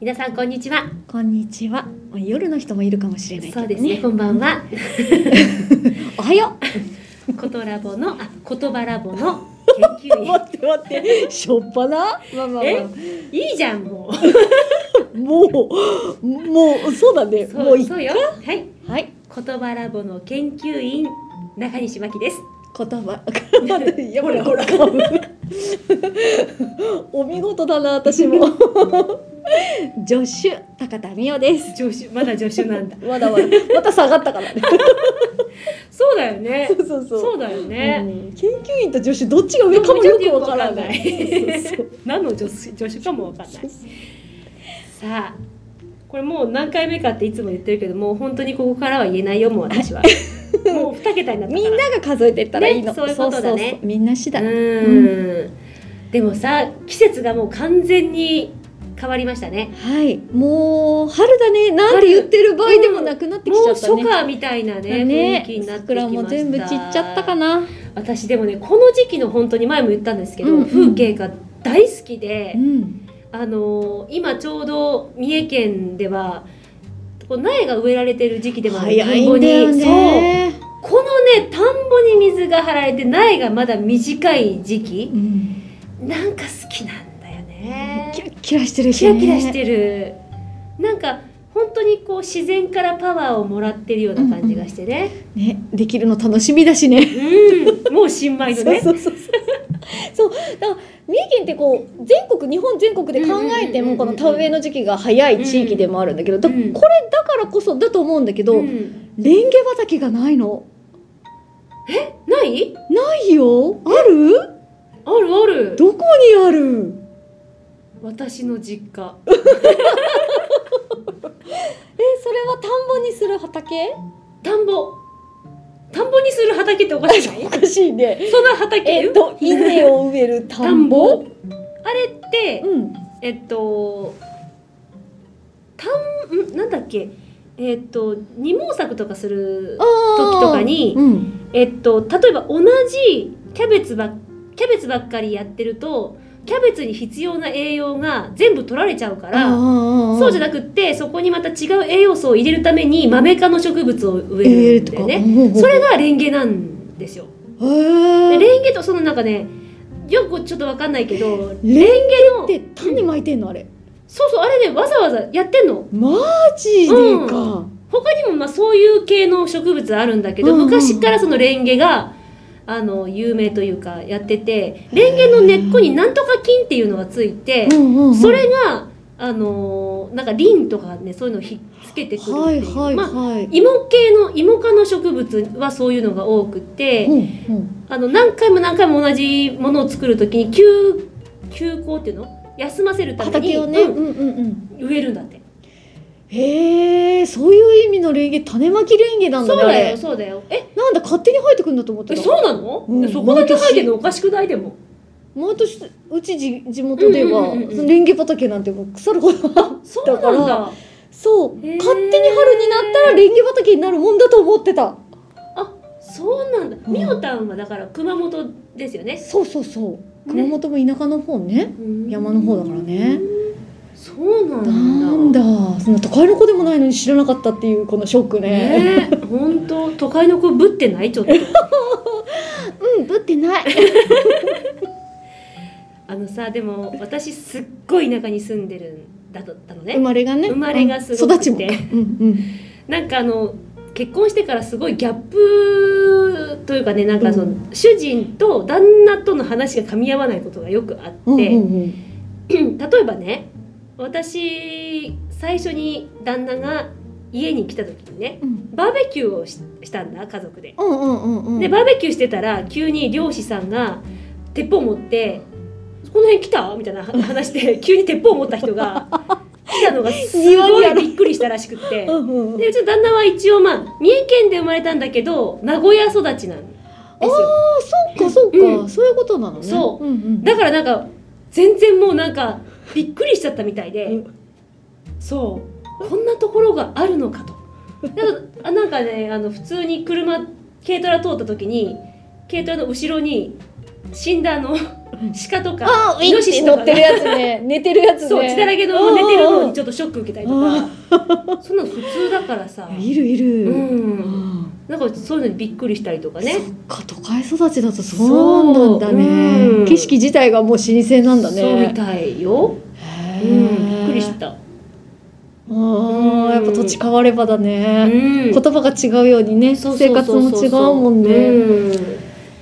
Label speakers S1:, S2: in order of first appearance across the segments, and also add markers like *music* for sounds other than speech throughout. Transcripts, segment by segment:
S1: 皆さんこんにちは。
S2: こんにちは。まあ夜の人もいるかもしれないけ
S1: そ
S2: ど
S1: う
S2: ね。
S1: ですね。こんばん *laughs* は。
S2: おはよ
S1: ことラボのあ言葉ラボ *laughs* の研
S2: う。
S1: 究員。
S2: 待って待って。しょっぱな。まあまあまあ
S1: えいいじゃんもう。
S2: もうもうそうだね。もういい
S1: そうよ。はい。
S2: はい。
S1: 言葉ラボの研究員中西真希です。
S2: 言葉。 *laughs* 待っていやほらほら。 *laughs* お見事だな私も。 *laughs* 助手高田美代です。
S1: 助手まだ助手なんだ。
S2: まだまだまた下がったからね。
S1: *laughs* そうだよね
S2: *laughs* そ。うそうそ
S1: *laughs*
S2: う。
S1: そうだよね。
S2: うん研究員と助手どっちが上かもよくわからない。そうそう
S1: 何の助手助手かもわかんな
S2: そう
S1: い。さあ。これもう何回目かっていつも言ってるけどもう本当にここからは言えないよもう *laughs* 私はもう二桁になったから
S2: みんなが数えてったらいいの、
S1: ねそういうことだね
S2: そうそうそうみんな次第、
S1: うんでもさ季節がもう完全に変わりましたね
S2: はいもう春だねなんて言ってる場合でもなくなってきち
S1: も
S2: ゃ
S1: う
S2: ったね、
S1: 初夏みたいなね雰囲気になってきま
S2: 桜
S1: した
S2: も全部散っちゃったかな
S1: 私でもねこの時期の本当に前も言ったんですけど、
S2: うんうん
S1: 風景が大好きで
S2: う、ん
S1: あのー今ちょうど三重県ではこう苗が植えられてる時期でもある
S2: 早いんだよね
S1: そうこのね田んぼに水が張られて苗がまだ短い時期
S2: うん
S1: なんか好きなんだよね
S2: キラッキラしてるし、
S1: キ
S2: ね、
S1: ラキラしてる、なんか本当にこう自然からパワーをもらってるような感じがしてね、
S2: ねできるの楽しみだしね
S1: うんもう新米の
S2: そう
S1: ね
S2: そうそうそうそうだから三重県ってこう全国日本全国で考えて
S1: うんうんうんうん
S2: もこの田植えの時期が早い地域でもあるんだけど、だ
S1: うんうん
S2: これだからこそだと思うんだけど、
S1: うん
S2: レンゲ畑がないの
S1: ない
S2: ないよある
S1: あるある
S2: どこにある
S1: 私の実家
S2: えそれは田んぼにする畑
S1: 田んぼ田んぼにする畑っておかしくない
S2: おかしいね
S1: その畑
S2: *laughs* えっと *laughs* 稲を植える田
S1: 田
S2: ん
S1: ん
S2: ぼ
S1: ぼあれって
S2: うん
S1: えっと田んんなんだっけえっと二毛作とかする時とかに
S2: うん
S1: えっと、例えば同じキャベツばっキャベツばっかりやってるとキャベツに必要な栄養が全部取られちゃうからそうじゃ
S2: な
S1: なくってそこにまた違う栄養素を入れるためにマメ科の植物を植
S2: え
S1: え
S2: え
S1: るん
S2: と
S1: だ
S2: か
S1: よね、
S2: ね
S1: それがレンゲなんですよでレンゲとそのなんかねよくちょっとわかんないけどレンゲ
S2: レン
S1: の
S2: ゲって種まいてんのあれ
S1: そうそうあれねわざわざやってんの
S2: マジでか
S1: 他にもまあそういう系の植物あるんだけど、
S2: うんうんうん
S1: 昔からそのレンゲがあの有名というかやっててレンゲの根っこになんとか菌っていうのがついて、
S2: うんうんうん
S1: それがあのーなんかリンとかねそういうのをひっつけてくるって
S2: はい
S1: いう、
S2: はい
S1: まあ
S2: はい
S1: 芋系の芋科の植物はそういうのが多くて、
S2: うんうん
S1: あの何回も何回も同じものを作るときに休休校っていうの休ませるために、
S2: 畑をね
S1: う
S2: うんうんうん
S1: ん植えるんだって
S2: へえそういう意味のレンゲ種まきレンゲなん
S1: そ
S2: だ
S1: う
S2: ねあ
S1: だよ
S2: れ
S1: そうだよえ
S2: なんだ勝手に生えてくるんだと思って
S1: え
S2: た
S1: そうなの、
S2: うん
S1: そこだけ生えてるのおかしくないでも
S2: 毎年うちじ地元では、
S1: うんうんうんうん
S2: そのレンゲ畑なんてもう腐るほど
S1: そうなんだ
S2: だからそう
S1: へー
S2: 勝手に春になったらレンゲ畑になるもんだと思ってた
S1: そうなんだ
S2: ん
S1: みおたんはだから熊本ですよね、
S2: そうそうそう熊本も田舎の方ね山の方だからね
S1: そうなんだ
S2: なんだそんな都会の子でもないのに知らなかったっていうこのショックね
S1: ねえ本当都会の子ぶってないちょっと
S2: うんぶってない
S1: あのさでも私すっごい田舎に住んでるんだったの
S2: 生
S1: ね
S2: まれがね
S1: 生まれがすご
S2: うん
S1: く
S2: 育ちも
S1: て
S2: うん
S1: なんかあの結婚してからすごいギャップというかねなんかその、
S2: うん
S1: 主人と旦那との話が噛み合わないことがよくあって、
S2: うんうんう
S1: *clears throat*
S2: ん
S1: 例えばね私最初に旦那が家に来た時にね
S2: うん
S1: バーベキューをししたんだ家族で。
S2: うんうんうんうん
S1: でバーベキューしてたら急に漁師さんが鉄砲持って「この辺来た?」みたいな話で急に鉄砲持った人が来たのがすごいびっくりしたらしくって
S2: う。んうんうん
S1: でうちの旦那は一応まあ三重県で生まれたんだけど名古屋育ちなんですよ。
S2: あそっかそっか、
S1: う
S2: そういうことなのね
S1: そ
S2: うんうん
S1: だからなんか全然もうなんかびっくりしちゃったみたいで、
S2: う
S1: そうこんなところがあるのかと。だからあなんかねあの普通に車軽トラ通った時に軽トラの後ろに死んだあの鹿とか
S2: あウ
S1: イ
S2: ィン
S1: ノ
S2: っ
S1: シ
S2: て
S1: シ
S2: 乗
S1: とか
S2: ってる
S1: ね
S2: やつね寝てるやつね
S1: そう血だらけの寝てるの
S2: うんう
S1: に
S2: ん
S1: ちょっとショック受けたりとかそんなの普通だからさ
S2: いるいうる、
S1: ん
S2: うん
S1: なんかそういうのにびっくりしたりとかね
S2: そっか都会育ちだとそうなんだね、
S1: そううん
S2: 景色自体がもう新鮮なんだね
S1: そうみたいよ、う
S2: へ
S1: ん、
S2: ー
S1: びっくりした、
S2: あーやっぱ土地変わればだ
S1: う
S2: ね、
S1: ん、
S2: 言葉が違うようにね
S1: そう
S2: 生活も違うもんね、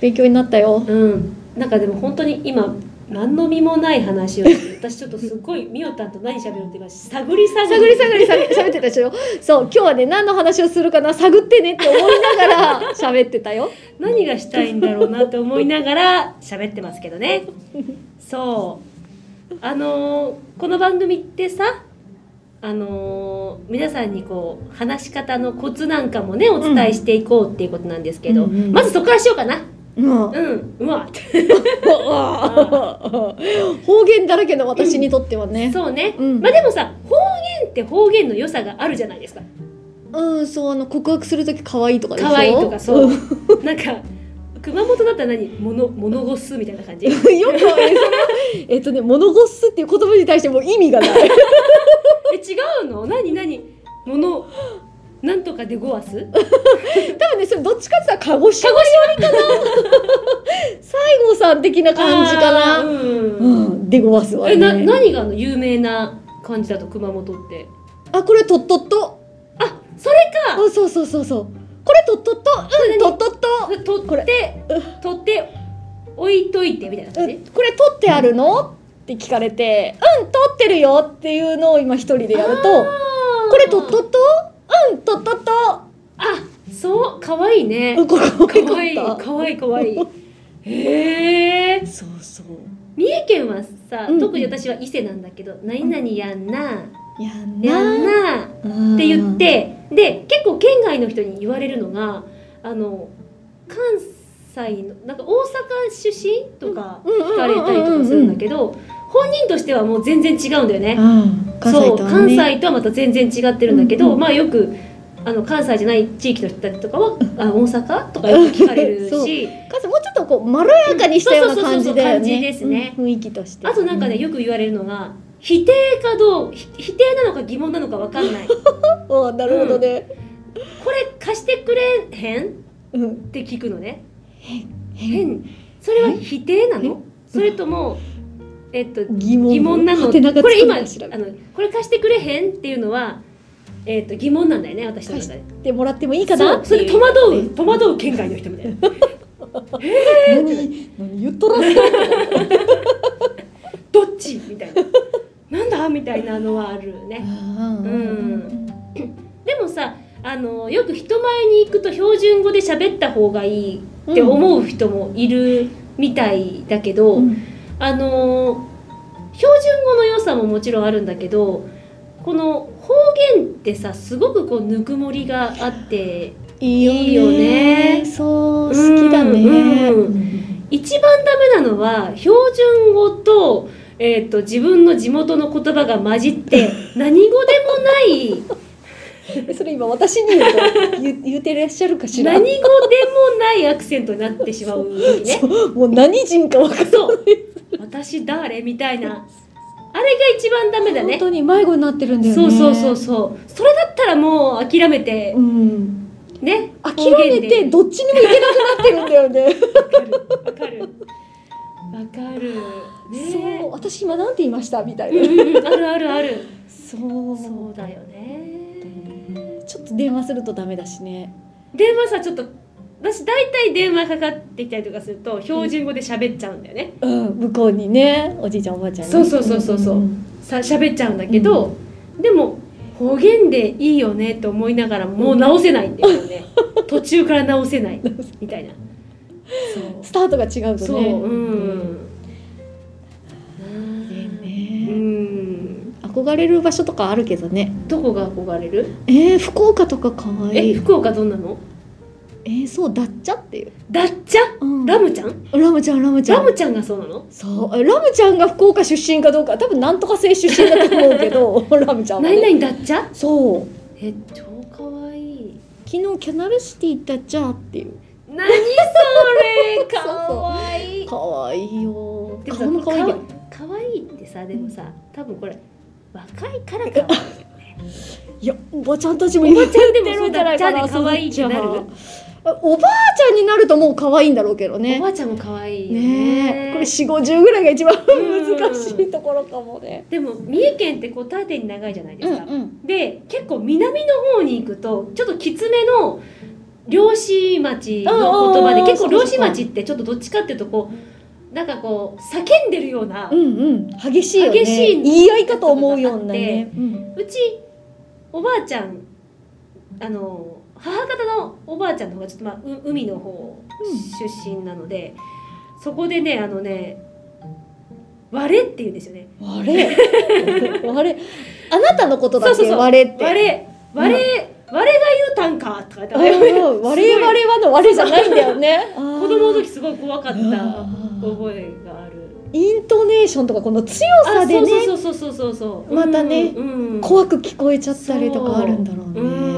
S2: 勉強になったよ
S1: うん、うん、なんかでも本当に今何の身もない話をして
S2: *laughs*
S1: 私ちょっとすごいみおたんと何喋ろうって今探り探り
S2: 探り探り探り喋ってたでしょそう今日はね何の話をするかな探ってねって思いながら喋ってたよ
S1: 何がしたいんだろうなって思いながら *laughs* 喋ってますけどねそうあのーこの番組ってさあのー皆さんにこう話し方のコツなんかもねお伝えしていこうっていうことなんですけど、
S2: うんうん
S1: まずそこからしようかな
S2: うん
S1: うんうわ
S2: *laughs* 方言だらけの私にとってはね
S1: そうね、
S2: うん
S1: まあでもさ方言って方言の良さがあるじゃないですか
S2: うんそうあの告白する時可愛いとかでしょ
S1: 可愛いとかそう
S2: *laughs* う
S1: *laughs*
S2: ん
S1: なんか熊本だったら何物物ごっすみたいな
S2: *laughs*
S1: 感じ
S2: よくえそれはえっとね「物ごっす」っていう言葉に対してもう意味がない *laughs*
S1: え違うの何何物なんとかでごわす
S2: 多分ねそれどっちかって言ったら鹿児島寄り *laughs* かな西郷さん的な感じか
S1: あーう
S2: な、
S1: ん
S2: うん、でごわすわ、ね、
S1: えな何があの有名な感じだと熊本って
S2: あこれとっとっと
S1: あそれか
S2: うんそうそうそうそうこれとっとっとうんとっとっと
S1: 取
S2: こ
S1: って取って置いといてみたいな
S2: う
S1: 感じ、
S2: んこれ取ってあるのって聞かれてうん取ってるよっていうのを今一人でやるとこれ取っとっとうん取っとっと
S1: あそう可愛いね
S2: うんこれ
S1: 可
S2: 可
S1: 愛
S2: 愛
S1: い
S2: かった
S1: 可愛い可愛いへえ
S2: そうそう
S1: 三重県はさ、
S2: うん
S1: 特に私は伊勢なんだけど「何々やんな」
S2: や
S1: 「
S2: ん
S1: やん
S2: な
S1: な」
S2: っ
S1: って言ってで結構県外の人に言われるのがあの関西のなんか大阪出身とか聞かれたりとかするんだけど本人としてはもう全然違うんだよね。
S2: 関
S1: そう
S2: 西とは
S1: 関
S2: ね
S1: 西とはまた全然違ってるんだけ
S2: うん
S1: ど、
S2: うん
S1: まあよくあの関西じゃない地域の人たちとかは「あ大阪?」とかよく聞かれる
S2: *laughs* そう
S1: し
S2: 関西もうちょっとこうまろやかにしたような
S1: そうそうそう
S2: 感
S1: そう
S2: じだよね
S1: 感じですね
S2: うん雰囲気として
S1: あとなんかねよく言われるのが否定かどうひ否定なのか疑問なのか分かん *laughs* ないこ
S2: うんあなるほどね
S1: れ貸してくれへん
S2: うん
S1: って聞くのね
S2: 変
S1: 変それは否定な
S2: え
S1: のそれともえっと
S2: 疑問
S1: 疑問なの
S2: は
S1: こ
S2: てながつく
S1: れ今あ
S2: のかしら
S1: のこれ貸してくれへんっていうのはえっと疑問なんだよね私の中で
S2: ってもらってもいいかな
S1: そ
S2: っ
S1: うそれ
S2: てい
S1: 戸
S2: う
S1: 惑う戸惑う県外の人みたい
S2: *laughs*
S1: な
S2: 何何言っとらんの
S1: どっちみたいななんだみたいなのはあるね
S2: うん
S1: でもさあのよく人前に行くと標準語で喋った方がいいって思う人もいるみたいだけど、あのー標準語の良さももちろんあるんだけどこの方言ってさすごくこうぬくもりがあって
S2: いいよね
S1: いいよねう
S2: そう
S1: ん
S2: 好きだね
S1: う一番ダメなのは標準語と,、えー、と自分の地元の言葉が混じって何語でもない
S2: それ今私に言うと言う言うてらっしゃるかしら
S1: 何語でもないアクセントになってしまう時ね。
S2: もう何人か分かる
S1: そう *laughs* 私誰みたいなあれが一番ダメだ
S2: 本
S1: ね。
S2: 当に迷子になってるんだよね
S1: そうそうそうそうそれだったらもう諦めて
S2: うん
S1: ね
S2: 諦めてどっちにも行けなくなってるんだよね
S1: わかる。わかる。ね
S2: そう私今なんて言いましたみたい
S1: うん
S2: な
S1: うんうんあるあるある。
S2: そう
S1: そうだよね。
S2: ちょっと電話するとダメだしね
S1: 電話さちょっと私大体電話かかってきたりとかすると標準語で喋っちゃうんだよね。
S2: うん向こうにねおじいちゃんおばあちゃんに
S1: そうそうそうそうそうんさ喋っちゃうんだけど、でも方言でいいよねと思いながらもう直せないんだよ *laughs* ね。途中から直せないみたいな。
S2: スタートが違う
S1: そう。
S2: とね
S1: そう。うん。う
S2: だよね
S1: ん。
S2: 憧れる場所とかあるけどね
S1: どこが憧れる？
S2: えー、福岡とか可愛
S1: え
S2: い
S1: 福岡どんなの
S2: えー、そうダッチャっていう、
S1: ダッチャ
S2: うん
S1: ラムちゃん
S2: ラムちゃんラムちゃん
S1: ラムちゃんがそうなの
S2: そうえラムちゃんが福岡出身かどうか多分なんとか姓出身だと思う
S1: *laughs*
S2: けどラムちゃんは、
S1: 何
S2: ね、
S1: 々ダッチャ
S2: そう
S1: え超かわいい
S2: 昨日キャナルシティ行ったじゃーっていう
S1: *laughs* 何それ
S2: そうそう
S1: かわいい
S2: 可愛いよ
S1: でもさ
S2: 顔も可愛いけ
S1: か
S2: ど
S1: わいいってさでもさ多分これ若いからかわ
S2: *laughs*
S1: いいよね
S2: いやおばちゃんたちも
S1: おばちゃんで
S2: 言っ
S1: もそ
S2: てる
S1: うん
S2: じ
S1: だ
S2: ゃな
S1: っ
S2: い
S1: ちゃ
S2: か
S1: で
S2: な
S1: 可愛いってなる
S2: そうじゃあおばあちゃんになるともう可愛いんだろうけど
S1: お
S2: ね
S1: ばあちゃんも可愛いよね
S2: ねえこれ4 5 0ぐらいが一番
S1: ん
S2: 難しいところかもね
S1: でも三重県ってこう縦に長いじゃないですか、
S2: ん
S1: で結構南の方に行くとちょっときつめの漁師町の言葉
S2: あ
S1: で
S2: ー
S1: 結構
S2: そう
S1: 漁
S2: かそうか
S1: 師町ってちょっとどっちかっていうとこうなんかこう叫んでるような、
S2: うんうん激しいよね
S1: 激しい
S2: 言い合いかと思うようなね、うん
S1: うちおばあちゃんあの母方のおばあちゃんの方がちょっと、まあ、う海の方出身なので、そこでねあのね「割れ」って言うんですよね。
S2: あれあれあなたのことだ
S1: そ
S2: っ
S1: うそう
S2: て
S1: そう
S2: 割れって
S1: 割れ割れ、割れが言うたんかとか
S2: あ
S1: 言って
S2: ー我々はの我じゃないんだよ
S1: *laughs*
S2: ね
S1: 子供の
S2: 時
S1: 時すごい怖かった覚えがある。
S2: イントネーションとかこの強
S1: あ
S2: さで
S1: そう
S2: ね
S1: そうそうそうそうそう。
S2: またね
S1: うんうん、
S2: 怖く聞こえちゃったりとかあるんだろう
S1: う
S2: ね
S1: ん。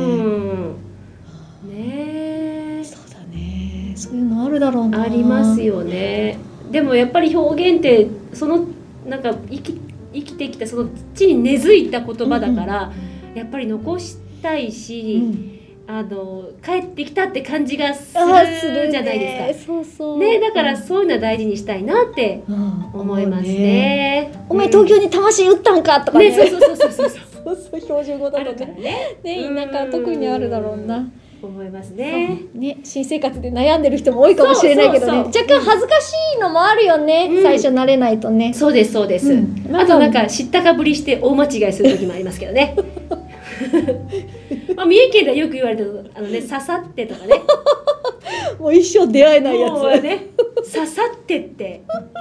S1: ねえ。
S2: そうだねそういうのあるだろうな
S1: ありますよねでもやっぱり表現ってそのなんか生き生きてきたその地に根付いた言葉だから、やっぱり残したいうし、
S2: ん
S1: あの帰ってきたって感じがす
S2: あーす
S1: る
S2: る
S1: じゃないですか。
S2: かそうそう
S1: ね、だからそういうのは大事にしたいなって
S2: うん
S1: 思いますね。
S2: お前東京に魂打ったんかと
S1: うん
S2: か
S1: ね
S2: ね
S1: そうそうそうそうそう
S2: *laughs* そうそう標準語
S1: あ
S2: だと
S1: るから
S2: ね
S1: ね
S2: ね田舎は特にあるだろうな
S1: 思いますね。
S2: ね、新生活で悩んでる人も多いかもしれないけどね
S1: そうそうそう
S2: 若干恥ずかしいのもあるよね、
S1: うん
S2: 最初慣れないとね、
S1: そうですそうです。
S2: うん
S1: あとなんか知ったかぶりして大間違いする時もありますけど
S2: *laughs*
S1: ね。まあ、三重県ではよく言われてるあのね刺さってとか
S2: *laughs*
S1: ね。
S2: もう一生出会えないやつ
S1: もうね刺さってって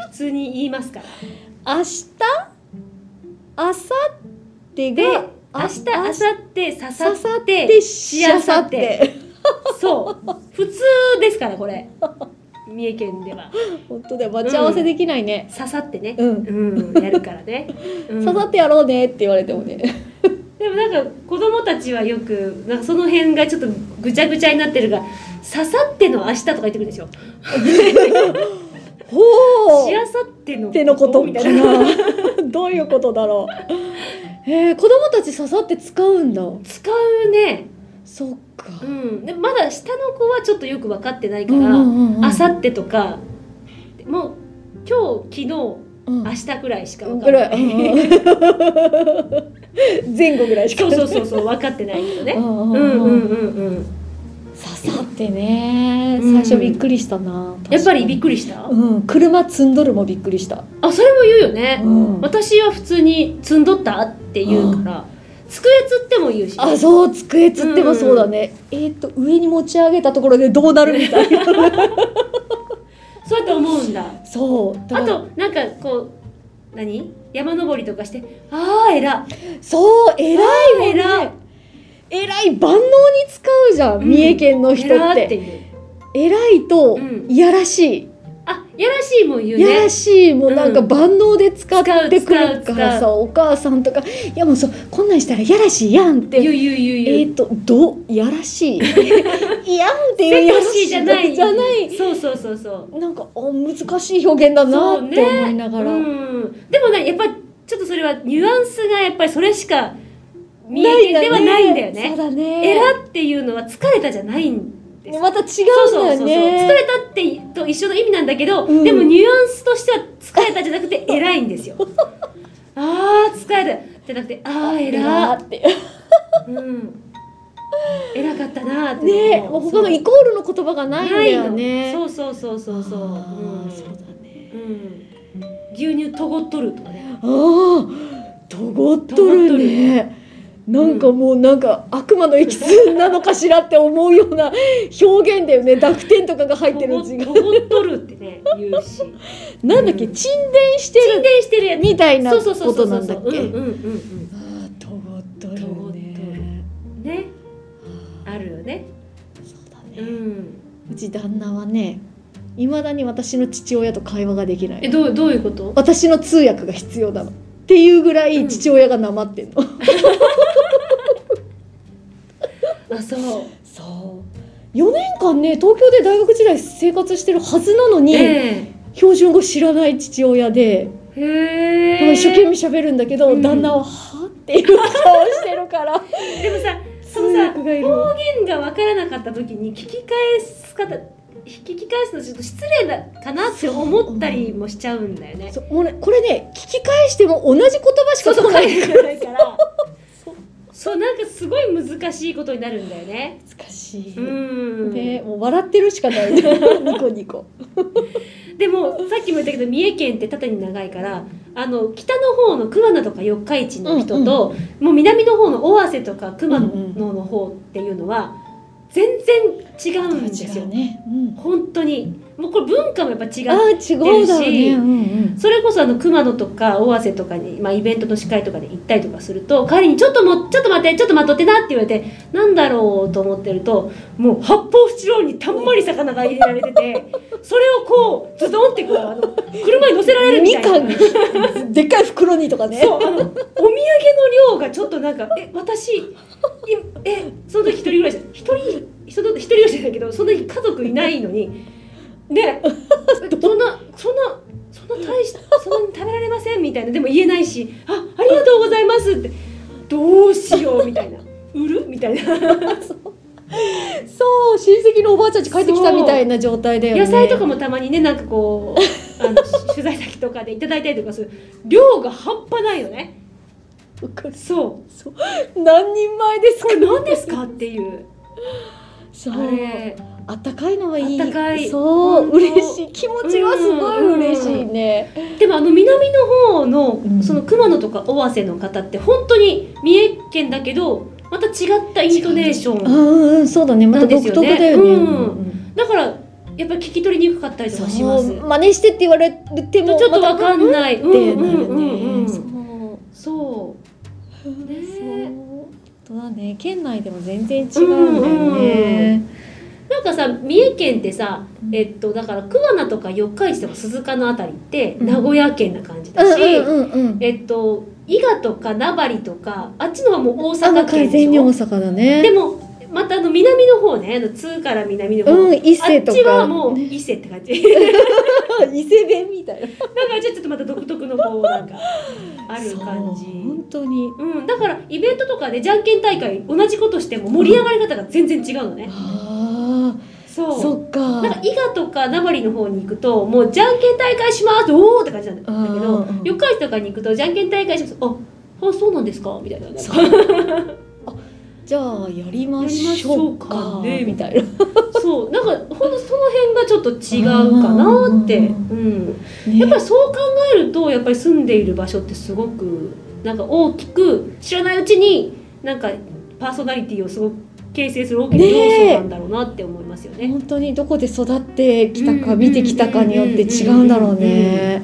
S1: 普通に言いますから。
S2: 明日あさって
S1: で
S2: が
S1: 明日明後日刺さ
S2: 刺さ
S1: っ
S2: っててしあさって
S1: そう普通ですからこれ三重県では
S2: 本当だよ待ち合わせできないね、
S1: 刺さってね。
S2: うん
S1: うんやるからね。うん
S2: *laughs* 刺さってやろうねって言われてもね、
S1: でもなんか子供たちはよくなんかその辺がちょっとぐちゃぐちゃになってるが刺さっての明日とか言ってくるんですよ。
S2: ほう
S1: しあさっての
S2: ってのこと
S1: み
S2: か
S1: た
S2: ない
S1: な。
S2: *laughs* どういうことだろうへえ子供たち刺さって使うんだ
S1: 使うね。
S2: そっか、
S1: うん。でまだ下の子はちょっとよく分かってないから、
S2: うんうん
S1: あさってとかもう今日昨日
S2: うん
S1: 明日くらいしか分か
S2: ぐ
S1: んな
S2: ら
S1: い。
S2: い前後ぐらいしか
S1: そうそうそうそう分かってないけどね。
S2: う
S1: うんん
S2: う
S1: うんん
S2: う
S1: うんんうん。
S2: 刺さってね
S1: うん
S2: 最初びっくりしたな、
S1: やっぱりびっ
S2: り
S1: くりした。
S2: うん車積んどるもびっくりした、
S1: あそれも言うよね。
S2: うん
S1: 私は普通に積んどったって言うから、机つっても言うし。
S2: あそう机つってもそうだね、えーっ、と上に持ち上げたところでどうなるみたいな
S1: そうやって思うんだ。
S2: そうだ
S1: あ
S2: から
S1: となんかこう何山登りとかしてああ偉い
S2: そう偉いもんね
S1: 偉い
S2: 偉い万能に使うじゃん、
S1: うん
S2: 三重県の人っ
S1: 偉い
S2: て
S1: っていう
S2: 偉いと、
S1: うん
S2: いやらし
S1: あやらしいもん言
S2: いういや
S1: ね
S2: らしいもうなんか
S1: うん
S2: 万能で使ってく
S1: 使
S2: る
S1: う使
S2: か
S1: う
S2: ら
S1: 使
S2: さお母さんとかいやもうそうこんなんしたらやらしいやんって
S1: 言う言う言う
S2: え
S1: 言う
S2: ー、と、ど、や
S1: *laughs*
S2: らしい。いやんっていうやら
S1: セク
S2: し
S1: シ
S2: い
S1: ーじゃない
S2: じゃない。
S1: そうそうそうそう
S2: なんか、お難しい表現だな
S1: そう
S2: っ
S1: ね
S2: て思いながら。
S1: うんでもねやっぱりちょっとそれはニュアンスがやっぱりそれしか三重県ではないんだよ
S2: そう
S1: ね
S2: だね。
S1: 偉っていうのは疲れたじゃないんです
S2: また違
S1: そう
S2: うんだ
S1: そうそう
S2: よ
S1: そう疲れ
S2: ね。
S1: たってと一緒の意味なんだけど、
S2: うん
S1: でもニュアンスとしては疲れたじゃなく
S2: *laughs*
S1: て偉いんですよあー疲れたじゃなくてあー偉
S2: 偉って。
S1: うん、偉かったなーって
S2: ね、もう他のイコールの言葉がないんだよ
S1: ない
S2: ね。
S1: のそうそうそうそうそう、
S2: あー
S1: うん
S2: そうだね。
S1: うん、牛乳とごっとるとかね
S2: ああ、とごっとるね。なんかもうなんか悪魔のいきなのかしらって思うような表現だよね濁点とかが入ってるうちが
S1: とごとごっとるってね言
S2: *laughs*
S1: うし
S2: なんだっけ、
S1: うん
S2: 沈殿して
S1: 沈
S2: る
S1: 殿してるやつ
S2: みたいな
S1: そうそ
S2: こ
S1: うそうそう
S2: と
S1: そ
S2: な
S1: うん
S2: だっ
S1: うん
S2: け
S1: うんうん
S2: あーとごっと
S1: とごっとるうんねあるよね
S2: そうだ
S1: う
S2: ね、
S1: ん
S2: うち旦那はねいまだに私の父親と会話ができな
S1: え
S2: い
S1: どうどういうこと
S2: 私の通訳が必要なのっていうぐら
S1: う
S2: い
S1: ん
S2: 父親がなまってんの、
S1: あそう
S2: そう4年間ね東京で大学時代生活してるはずなのに、
S1: ええ
S2: 標準語知らない父親で、
S1: へ
S2: なんか
S1: え
S2: 一生懸命喋るんだけど、
S1: うん
S2: 旦那は「は?」っていう顔してる
S1: *laughs*
S2: から
S1: でもさその
S2: 通
S1: さ
S2: 訳がいる
S1: 方言が分からなかった時に聞き返す方聞き返すのちょっと失礼だかなって思ったりもしちゃうんだよね。
S2: そうもうねこれね聞き返しても同じ言葉しか来ない
S1: 返ってないから。そうなんかすごい難しいことになるんだよね。
S2: 難しい、
S1: うん。
S2: ねもう笑ってるしかない
S1: *laughs*
S2: ニコニコ
S1: でもさっきも言ったけど三重県って縦に長いからあの北の方の熊野とか四日市の人と、もう南の方の尾鷲とか熊野の方っていうのは全然違うんですよ。
S2: ね、うん、
S1: 本当にもうこれ文化もやっぱ違
S2: あ
S1: う。
S2: あ違うだろうね、うんうん、
S1: それこそあの熊野とか尾鷲とかに、まあ、イベントの司会とかで行ったりとかすると帰りに「ちょっともちょっと待ってちょっと待っとってな」って言われてなんだろうと思ってるともう発泡スチロールにたんまり魚が入れられててそれをこうズドンってこうあの車に乗せられるみ
S2: み
S1: たい
S2: か
S1: な。
S2: ん *laughs* でっかい袋にとかね
S1: そうあのお土産の量がちょっとなんか「え私いえその時一人ぐらいじゃ一人その時一人ぐらいじゃないけどその時家族いないのに
S2: *laughs*
S1: でそんなそんなそんな大しそんなに食べられませんみたいなでも言えないし「あありがとうございます」ってどうしようみたいな「売る?」みたいな
S2: そう親戚のおばあちゃんち帰ってきたみたいな状態だよね
S1: 野菜とかもたまにねなんかこうあの取材先とかでいただいたりとかする量が半端ないよね
S2: わかる
S1: そう
S2: 何人前です
S1: こ
S2: か
S1: れ何ですかっていう
S2: そう
S1: あれ
S2: あったかいのはいい
S1: あったかい
S2: そう
S1: 本当
S2: 嬉しい気持ちはすごい嬉しいね、
S1: でもあの南の方の
S2: うん
S1: その熊野とか尾鷲の方って本当に三重県だけどまた違ったイントネーショ
S2: うん
S1: ン
S2: うんうんそうだねまた独特だ
S1: な
S2: よね
S1: んですよねうん
S2: ん
S1: だからやっぱり聞き取りにくかったりと
S2: そ
S1: かします
S2: う真似してって言われて
S1: ちょ
S2: も
S1: っとわかん
S2: い
S1: ない、うん
S2: って
S1: う
S2: なる
S1: んうんう
S2: ねそうん
S1: そうね
S2: そう本当だね県内でも全然違うんだよね、
S1: なんかさ三重県ってさ、
S2: うん
S1: えっとだから桑名とか四日市とか鈴鹿のあたりって
S2: うん
S1: 名古屋県な感じ
S2: う
S1: だ
S2: ん
S1: し、
S2: うんうんうん
S1: えっと伊賀とか名張とかあっちのはもう大
S2: あも
S1: 阪県
S2: う完
S1: でし
S2: 全
S1: ょ
S2: に大阪だね
S1: でもまたあの南の方ねあの2から南の方、
S2: うん伊
S1: あ
S2: 勢
S1: っ
S2: と
S1: ち
S2: か
S1: はもう
S2: ね
S1: 伊勢って感じ *laughs* だ
S2: *laughs* 伊勢弁みたいな
S1: からちょっとまた独特のこうなんかある感
S2: そう
S1: じ
S2: 本当に
S1: うん、だからイベントとかでじゃんけん大会同じことしても盛り上がり方が全然違うのね、
S2: ああ
S1: そう
S2: そっか
S1: なんか伊賀とか名張の方に行くともうじゃんけん大会しますおおって感じなんだ
S2: うん
S1: けど
S2: うん
S1: 四日市とかに行くとじゃんけん大会しますああそうなんですかみたいな
S2: そ
S1: そう
S2: じゃあやりまし
S1: やりましょ
S2: ょう
S1: う
S2: か
S1: かね
S2: みた *laughs* いな
S1: うなんかほんとその辺がちょっと違うかなって
S2: うん
S1: うんやっぱりそう考えるとやっぱり住んでいる場所ってすごくなんか大きく知らないうちになんかパーソナリティをすごく形成する大きな要素なんだろうなって思いますよね。
S2: 本当にどこで育ってきたか
S1: うん
S2: 見てきたかによって違うんだろうね。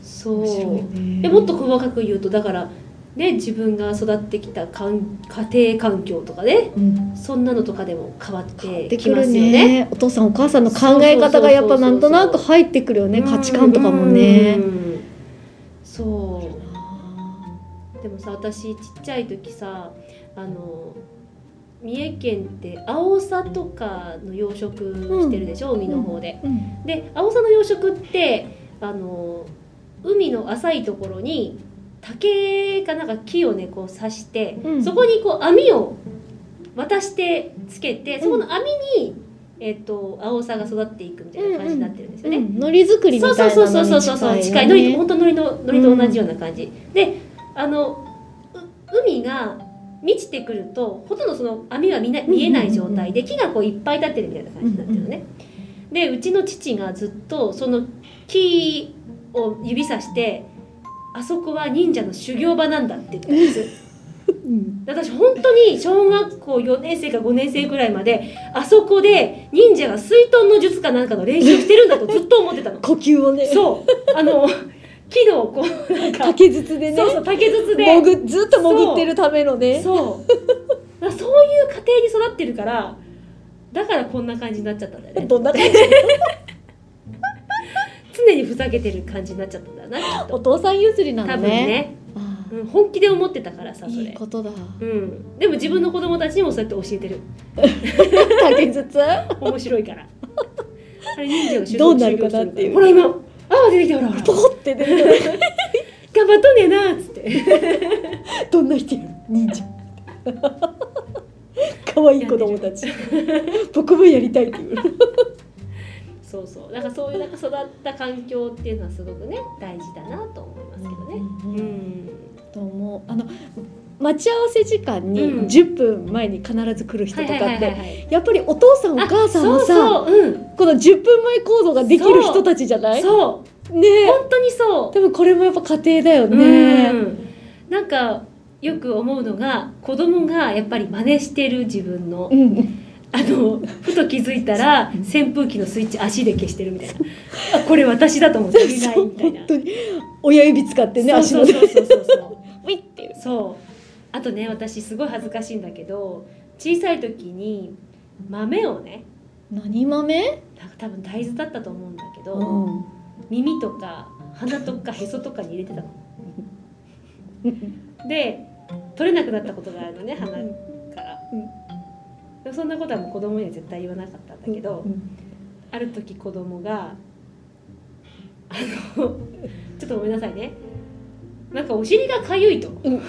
S1: そう
S2: 面白いね
S1: でもっと細かく言うとだから、ね、自分が育ってきたかん家庭環境とかね
S2: うん
S1: そんなのとかでも変わっ
S2: 変わってて
S1: き
S2: く
S1: ま
S2: る
S1: すよね。
S2: ね。お父さんお母さんの考え方がやっぱなんとなく入ってくるよね。価値観とかも
S1: う
S2: ね。
S1: んそうでもさ私ちっちゃい時さあの三重県ってアオサとかの養殖してるでしょ、海の方で。
S2: うん
S1: でアオサの養殖ってあの海の浅いところに竹かなんか木をねこう刺して、
S2: うん
S1: そこにこう網を渡してつけてそこの網に、えっとアオサが育っていくみたいな感じになってるんですよね。
S2: うん海苔作りみ
S1: そう
S2: た
S1: そう
S2: い
S1: そう
S2: な
S1: そう
S2: の
S1: そう
S2: に
S1: そう近
S2: 近いね。
S1: いのり本当のりののりと同じような感じ、であのう海が満ちてくるとほとんどその網は見な見えない状態で木がこういっぱい立ってるみたいな感じになってるのね、でうちの父がずっとその木を指さして「あそこは忍者の修行場なんだ」って言ってたんです
S2: うん
S1: で私本当に小学校4年生か5年生くらいまであそこで忍者が水遁の術かなんかの練習をしてるんだとずっと思ってたの
S2: 呼吸をね。 *laughs*
S1: そう。あの、木のこう、なんか、
S2: 竹筒でね
S1: そう。そう、竹筒で。
S2: 潜ずっと潜ってるためのね。
S1: そう。だからそういう家庭に育ってるから、だからこんな感じになっちゃったんだよね。
S2: どんな感じ？
S1: 常にふざけてる感じになっちゃったんだよな、きっ
S2: お
S1: と。
S2: 父さん譲りな
S1: 多
S2: の
S1: 分
S2: ね。
S1: ね、
S2: あ
S1: うん、本気で思ってたからさ
S2: あ
S1: そ
S2: いい
S1: れ
S2: ことだ。
S1: うん、でも自分の子供たちにもそうやって教えてる
S2: 竹筒。 *laughs*
S1: 面白いからあれ忍者が手
S2: どう
S1: 動
S2: なるかなっていう
S1: ほら今泡出てきたほらほら
S2: ポコって出てくる
S1: 頑張っとんねえなっつって
S2: どんな人やる忍者可愛い子供たち僕もやりたいっていう
S1: そうそうだからそういうなんか育った環境っていうのはすごくね大事だなと思いますけどねうん、
S2: と思うあの待ち合わせ時間に
S1: うん
S2: 10分前に必ず来る人
S1: は
S2: と
S1: い
S2: か
S1: は
S2: っ
S1: いはいは
S2: て
S1: い
S2: やっぱりお父さんお母さんはさ
S1: あそうそううん
S2: この10分前行動ができる人たちじゃないね
S1: そう本当にそう
S2: でもこれもやっぱ家庭だよ
S1: う
S2: ね
S1: んなんかよく思うのが子供がやっぱり真似してる自分の
S2: うん
S1: あのふと気づいたら扇風機のスイッチ足で消してるみたいなあこれ私だと思っていない
S2: そう
S1: みたいな
S2: 本当に親指使ってね足
S1: そ
S2: の
S1: う
S2: ね
S1: そうそうそうそう
S2: ウィッていう
S1: そうあとね私すごい恥ずかしいんだけど小さい時に豆をね
S2: 何豆
S1: なんか多分大豆だったと思うんだけど、
S2: うん
S1: 耳とか鼻とかへそとかに入れてたの。で取れなくなったことがあるのね鼻から。
S2: うん
S1: でもそんなことはもう子供には絶対言わなかったんだけど、ある時子供があのちょっとごめんなさいねなんかお尻がかゆいと
S2: うん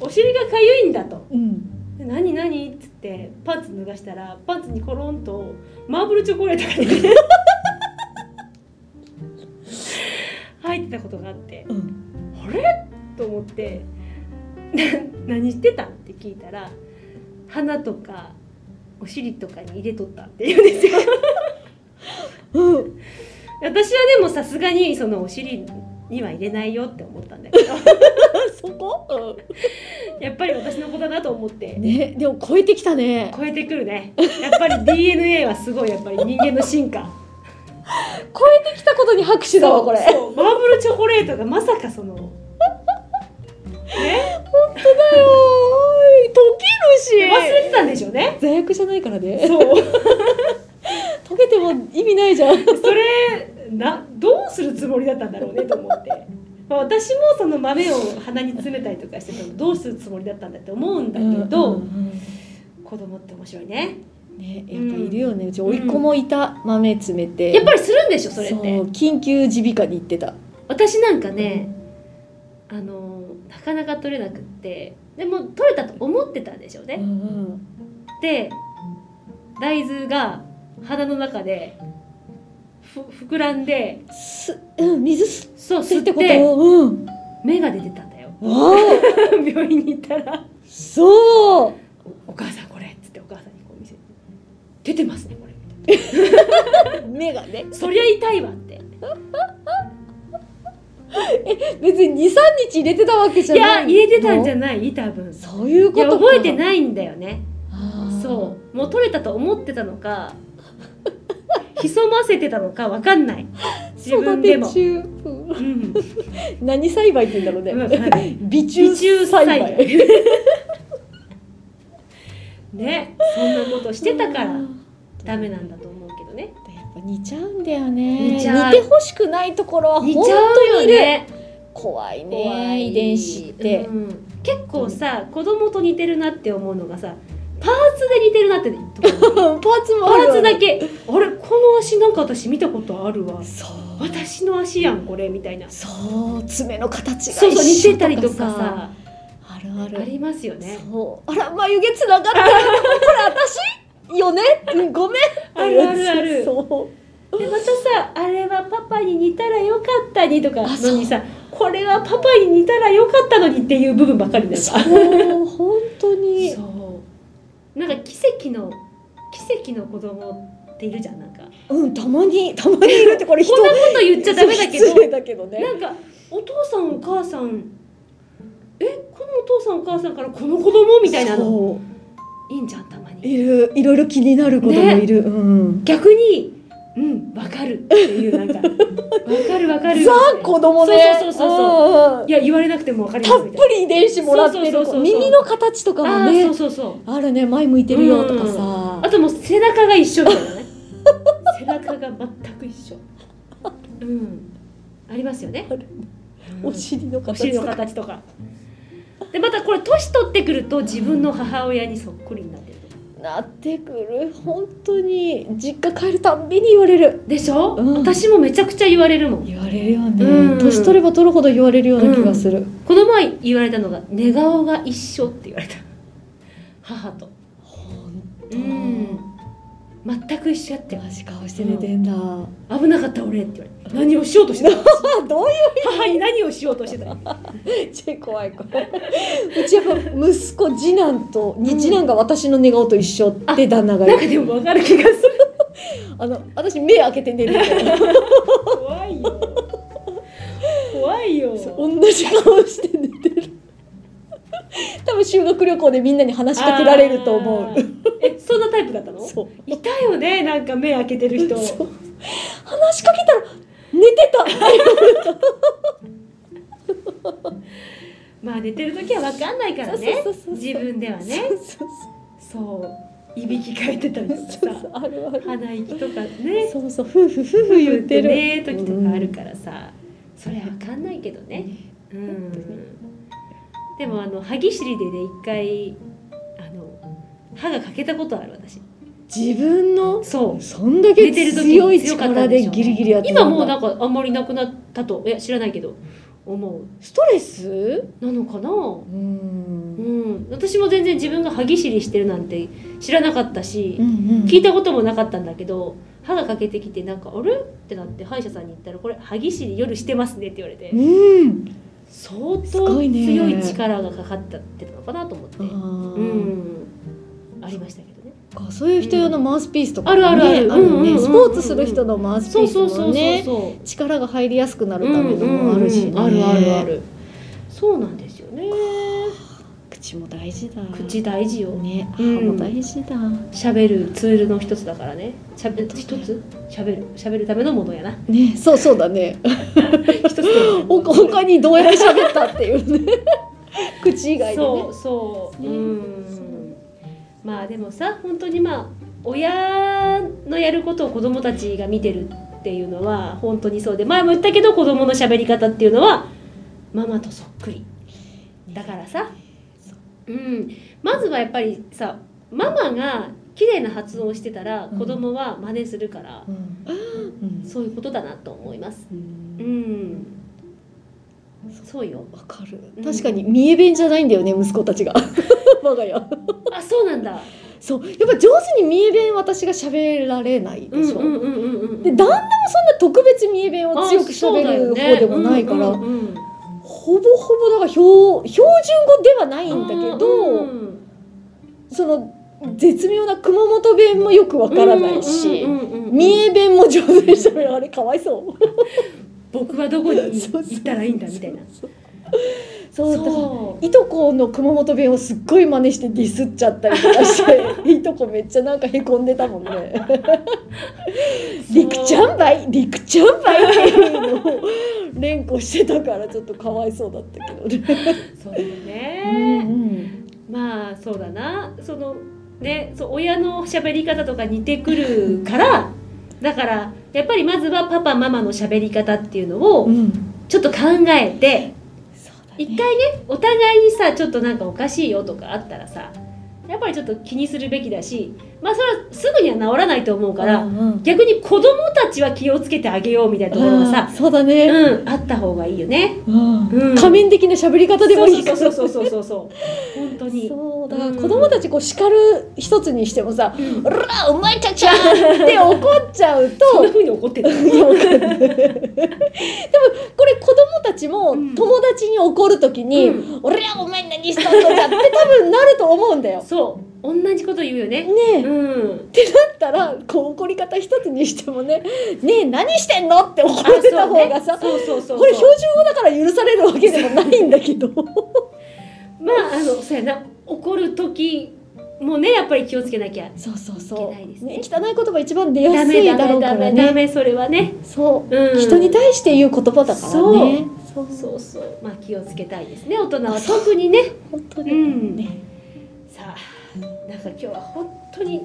S1: お尻がかゆいんだと
S2: うん
S1: で何何っつってパンツ脱がしたらパンツにコロンとマーブルチョコレートが出て *laughs* 入ってたことがあって
S2: うん
S1: あれと思ってな何してたんって聞いたら鼻とかお尻とかに入れとったって言うんですよ *laughs*
S2: うん
S1: 私はでもさすがにそのお尻には入れないよって思ったんだけど *laughs*
S2: そこ
S1: やっぱり私の子だなと思って
S2: ねでも超えてきたね
S1: 超えてくるねやっぱり DNA はすごいやっぱり人間の進化
S2: 超えてきたことに拍手だわこれ
S1: そうマーブルチョコレートがまさか
S2: *laughs*
S1: そのね
S2: だよーい
S1: 忘
S2: 溶けるし
S1: れてたんでしょうね
S2: 罪悪じゃないか
S1: *laughs*
S2: らね
S1: そう
S2: 溶けても意味ないじゃん
S1: それなどうするつもりだったんだろうねと思って、まあ、私もその豆を鼻に詰めたりとかしてたのどうするつもりだったんだって思うんだけど、
S2: うんうん
S1: 子供って面白いね
S2: うんねやっぱいるよねうち甥っ子もいた豆詰めて
S1: やっぱりするんでしょそれっ
S2: そ
S1: て
S2: う緊急耳鼻科に行ってた
S1: 私なんかねあのなかなか取れなくってでも取れたと思ってたんでしょうね、
S2: うんうん
S1: で大豆が鼻の中でふ膨らんです
S2: うん水吸っ
S1: そう
S2: て
S1: 吸
S2: っ
S1: ってて
S2: ことうん
S1: 目が出てたんだよ
S2: わあ
S1: *laughs* 病院に行ったら
S2: そう
S1: 「お母さんこれ」っつってお母さんにこう見せて「出てますねこれ」みたい
S2: 目がね
S1: なそりゃ痛いわって
S2: 別に23日入れてたわけじゃ
S1: いや
S2: ない
S1: 入れてたんじゃ
S2: ない
S1: ない多分い
S2: そういうこと
S1: や
S2: か
S1: 覚えてないんだよね
S2: あー
S1: そうもう取れたと思ってたの *laughs* か潜ませてたのかわかんない自分でも
S2: 育て中うん
S1: うん
S2: 何栽培って言うんだろうね微
S1: 中
S2: 中栽培
S1: ねそんなことしてたから
S2: うん
S1: ダメなんだと思うけどね
S2: やっぱ似ちゃうんだよね
S1: 似ちゃう
S2: てほしくないところは
S1: 似
S2: 本
S1: ちゃうよ
S2: 当にいる、
S1: ね
S2: 怖いね
S1: 怖い
S2: 遺伝子って、
S1: うん結構さ子供と似てるなって思うのがさパーツで似てるなって *laughs* とこ
S2: パーツも
S1: パ
S2: ある
S1: ーツだけあれこの足なんか私見たことあるわ
S2: そう
S1: 私の足やんこれみたいな
S2: そう爪の形が
S1: そうそう似
S2: 一緒
S1: てたりとかさ
S2: あるある
S1: ありますよね
S2: そうあら眉毛つながったこれ私よねうんごめん
S1: あるあるある
S2: そ
S1: でまたさあれはパパに似たらよかったにとか
S2: あそう
S1: のにさこれはパパに似たらよかったのにっていう部分ばっかりだ
S2: う
S1: よ
S2: そう本当に
S1: そうなんか奇跡の奇跡の子供っているじゃんなんか
S2: うんたまにたまにいるってこれ人
S1: こんなこと言っちゃダメだけ
S2: そう失礼
S1: ど
S2: だけどね
S1: なんかお父さんお母さんえこのお父さんお母さんからこの子供みたいなの
S2: そう
S1: いいんじゃんたまに
S2: いるいろいろ気になる子供いる、うん
S1: 逆にうんわか
S2: *laughs*
S1: るっていうなんかわかるわかる
S2: ザ子供ね
S1: そうそうそうそう
S2: そう
S1: いや言われなくてもわかりま
S2: た
S1: すみ
S2: っ
S1: たいな
S2: ぷり遺伝子もらって
S1: そうそ
S2: る
S1: うそう
S2: 子
S1: そう
S2: 耳の形とか
S1: あ
S2: も
S1: あ
S2: ね
S1: そうそうそう
S2: あるね前向いてるよとかさ
S1: あともう背中が一緒みたいなね背中が全く一緒うんありますよね
S2: ある
S1: うん
S2: お尻の
S1: お尻
S2: 形
S1: の
S2: とか
S1: 形とかでまたこれ年取ってくると自分の母親にそっくりになってる
S2: なってくる本当に実家帰るたんびに言われる
S1: でしょ、
S2: うん
S1: 私もめちゃくちゃ言われるもん
S2: 言われるよね、
S1: うん
S2: 年取れば取るほど言われるような気がする、
S1: この前言われたのが「寝顔が一緒」って言われた母と
S2: 本
S1: うん全く一緒やっ
S2: 当
S1: て
S2: マジ顔して寝てんだ、
S1: 危なかった俺って言われて何をしようと
S2: *laughs*
S1: してた
S2: あどうい
S1: 母に何をしようとしてた
S2: うち怖い怖 *laughs* いうちやっぱ息子次男と二次男が私の寝顔と一緒って旦那が
S1: なん
S2: 言う
S1: かでも分かる気がする
S2: あの私目開けて寝るみたいな
S1: 怖いよ怖いよ
S2: *laughs* 同じ顔して寝てる *laughs* 多分修学旅行でみんなに話しかけられると思
S1: あ
S2: う
S1: ーえそんなタイプだったの
S2: そう
S1: いたよねなんか目開けてる人
S2: そう話しかけたら寝てた
S1: まあ寝てる時は分かんないからね
S2: そうそうそうそう
S1: 自分ではね
S2: そうそう
S1: そういびきかいてたりとか
S2: そうそう
S1: さ
S2: あるある
S1: 鼻息とかね
S2: そうそう夫婦夫婦言ってる
S1: ね時とかあるからさ、それは分かんないけどねう
S2: 本当に
S1: んでもあの歯ぎしりでね一回あの歯が欠けたことある私
S2: 自分の
S1: そう
S2: そんだけ
S1: 寝てる時
S2: 強い
S1: かった
S2: 力
S1: んで
S2: で
S1: しょうね
S2: ギリギリやってた
S1: 今
S2: んだ
S1: もうなんかあんまりなくなったといや知らないけど思う
S2: ストレス
S1: なのかな
S2: う
S1: うんん私も全然自分が歯ぎしりしてるなんて知らなかったし、聞
S2: 聞
S1: いたこともなかったんだけど歯が欠けてきてなんか「あれ?」ってなって歯医者さんに行ったら「これ歯ぎしり夜してますね」って言われて
S2: うん
S1: 相当
S2: すご
S1: 強
S2: いね
S1: い力がかかったってたのかなと思って
S2: あ
S1: う
S2: ー
S1: んありましたけどね
S2: かそういう人用のマウスピースとか
S1: あるあるある
S2: ねある
S1: うんうん
S2: よ
S1: うんう
S2: ね
S1: ん
S2: スポーツする人のマウスピ
S1: そう
S2: ース
S1: そうそ
S2: も
S1: うそう
S2: ね
S1: そ
S2: 力が入りやすくな
S1: う
S2: るためのもあるし
S1: うんうんうん
S2: ね
S1: あるあるあるそうなんですよね
S2: 口も大事だ
S1: 口大事よ
S2: ね歯
S1: うん
S2: も大事だ
S1: 喋るツールの一つだからね喋一つ喋る喋るためのものやな
S2: ねそうそうだね
S1: 一 *laughs* つの
S2: ほ他にどうやって喋ったってい
S1: *laughs*
S2: うね口以外で
S1: そ
S2: ね
S1: うそう、
S2: ね
S1: うんまあでもさ本当にまあ親のやることを子供たちが見てるっていうのは本当にそうで前も言ったけど子供の喋り方っていうのはママとそっくりだからさ、うん、まずはやっぱりさママが綺麗な発音をしてたら
S2: うん
S1: 子供は真似するから、
S2: うんうん
S1: そういうことだなと思います
S2: うん
S1: うんそうよ
S2: わかる
S1: うん
S2: 確かに三重弁じゃないんだよね息子たちが *laughs* 我が家
S1: あそうなんだ
S2: そうやっぱ上手に三重弁私が喋られない
S1: うん
S2: で
S1: う
S2: し
S1: ん
S2: ょ、
S1: うんうんうん
S2: で旦那もそんな特別三重弁を
S1: あ
S2: 強く喋る方でもないから、
S1: そうだよねうんうんうん
S2: ほぼほぼだから標標準語ではないんだけど、
S1: うん
S2: その絶妙な熊本弁もよくわからないし、
S1: うんうんうんうん
S2: 三重弁も上手に喋るあれかわいそう
S1: 僕はどこに
S2: そうそう
S1: 行ったらいいんだみたいな
S2: そうそうだから
S1: そ
S2: いとこの熊本弁をすっごい真似してディスっちゃったりとかし
S1: *laughs*
S2: ていとこめっちゃなんかへこんでたもんね「りくちゃんばいりくちゃんばい」っていうのを連呼してたからちょっとかわいそうだったけどね。
S1: そうだよ
S2: うん
S1: ね
S2: うん
S1: まあそうだなそのねそう親の喋り方とか似てくるからだからやっぱりまずはパパママの喋り方っていうの
S2: う
S1: を
S2: ん
S1: ちょっと考えて
S2: そうだね
S1: 一回ねお互いにさちょっとなんかおかしいよとかあったらさやっぱりちょっと気にするべきだしまあそれはすぐには治らないと思うから、
S2: うんうん
S1: 逆に子供たちは気をつけてあげようみたいなところが
S2: あー
S1: さ、
S2: そうだね、
S1: うん、あった方がいいよね。
S2: うん
S1: うん
S2: 仮面的な喋り方でもいいから
S1: そうそうそうそうそうそうそう。本当に。
S2: そうだ、
S1: うん
S2: 子供たちこう叱る一つにしてもさ
S1: うん
S2: 「うらお前た
S1: *laughs*
S2: ちゃ!」って怒っちゃうと
S1: そんな風に怒ってた。
S2: いやわかんないでもこれ子供たちも
S1: うん
S2: 友達に怒るときに「
S1: う
S2: 俺らお前何しとんのじゃ」って多分なると思うんだよ。
S1: そう、同じこと言うよね。
S2: ねえだ
S1: うん。
S2: ったらこう怒り方一つにしてもね「ねえ何してんの?」って怒
S1: あ
S2: ってた方がさ、
S1: そうねそうそうそう。
S2: これ標準語だから許されるわけでもないんだ
S1: *laughs*
S2: けど
S1: まああのそうやな、怒る時もねやっぱり気をつけなきゃ。
S2: そうそう
S1: い
S2: そ
S1: けな
S2: う
S1: いです
S2: ね
S1: ね
S2: 汚い言葉一番出や
S1: ダ
S2: す
S1: メ
S2: い
S1: ダ
S2: だろ
S1: メ
S2: うか
S1: ダ
S2: ら
S1: メダ
S2: ね
S1: メそれはね。
S2: そう、
S1: うん。
S2: 人に対して言う言葉だからねそう
S1: そうそう。まあ気をつけたいですね。大人は特にね。
S2: 本当
S1: う
S2: に、
S1: ん。
S2: ね
S1: さあなんか今日は本当に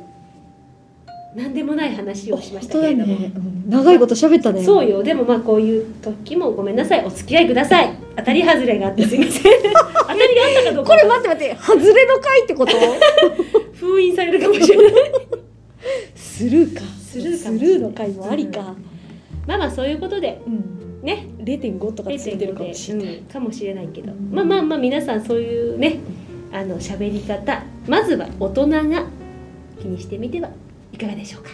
S1: 何でもない話をしま
S2: 本
S1: した
S2: 当
S1: け
S2: だ
S1: れども、
S2: ね、うん長いこと喋ったね
S1: そうよでもまあこういう時もごめんなさいお付き合いください当たり外 *laughs* れがあってすいません当たりがあったかどうか
S2: これ待って待って、外れの回ってこと
S1: 不封印されるかもしれない
S2: スルーか
S1: スルーか
S2: スルーの回もありか、
S1: まあまあそういうことで
S2: うん、
S1: ね
S2: 0.5とかついてるかもしれない、
S1: 0.5でうんかもしれないけど
S2: うん
S1: まあまあまあ皆さんそういうねあの喋り方まずは大人が気にしてみてはいかがでしょうか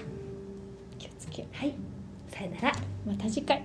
S2: 気をつけよ
S1: はいさよなら
S2: うまた次回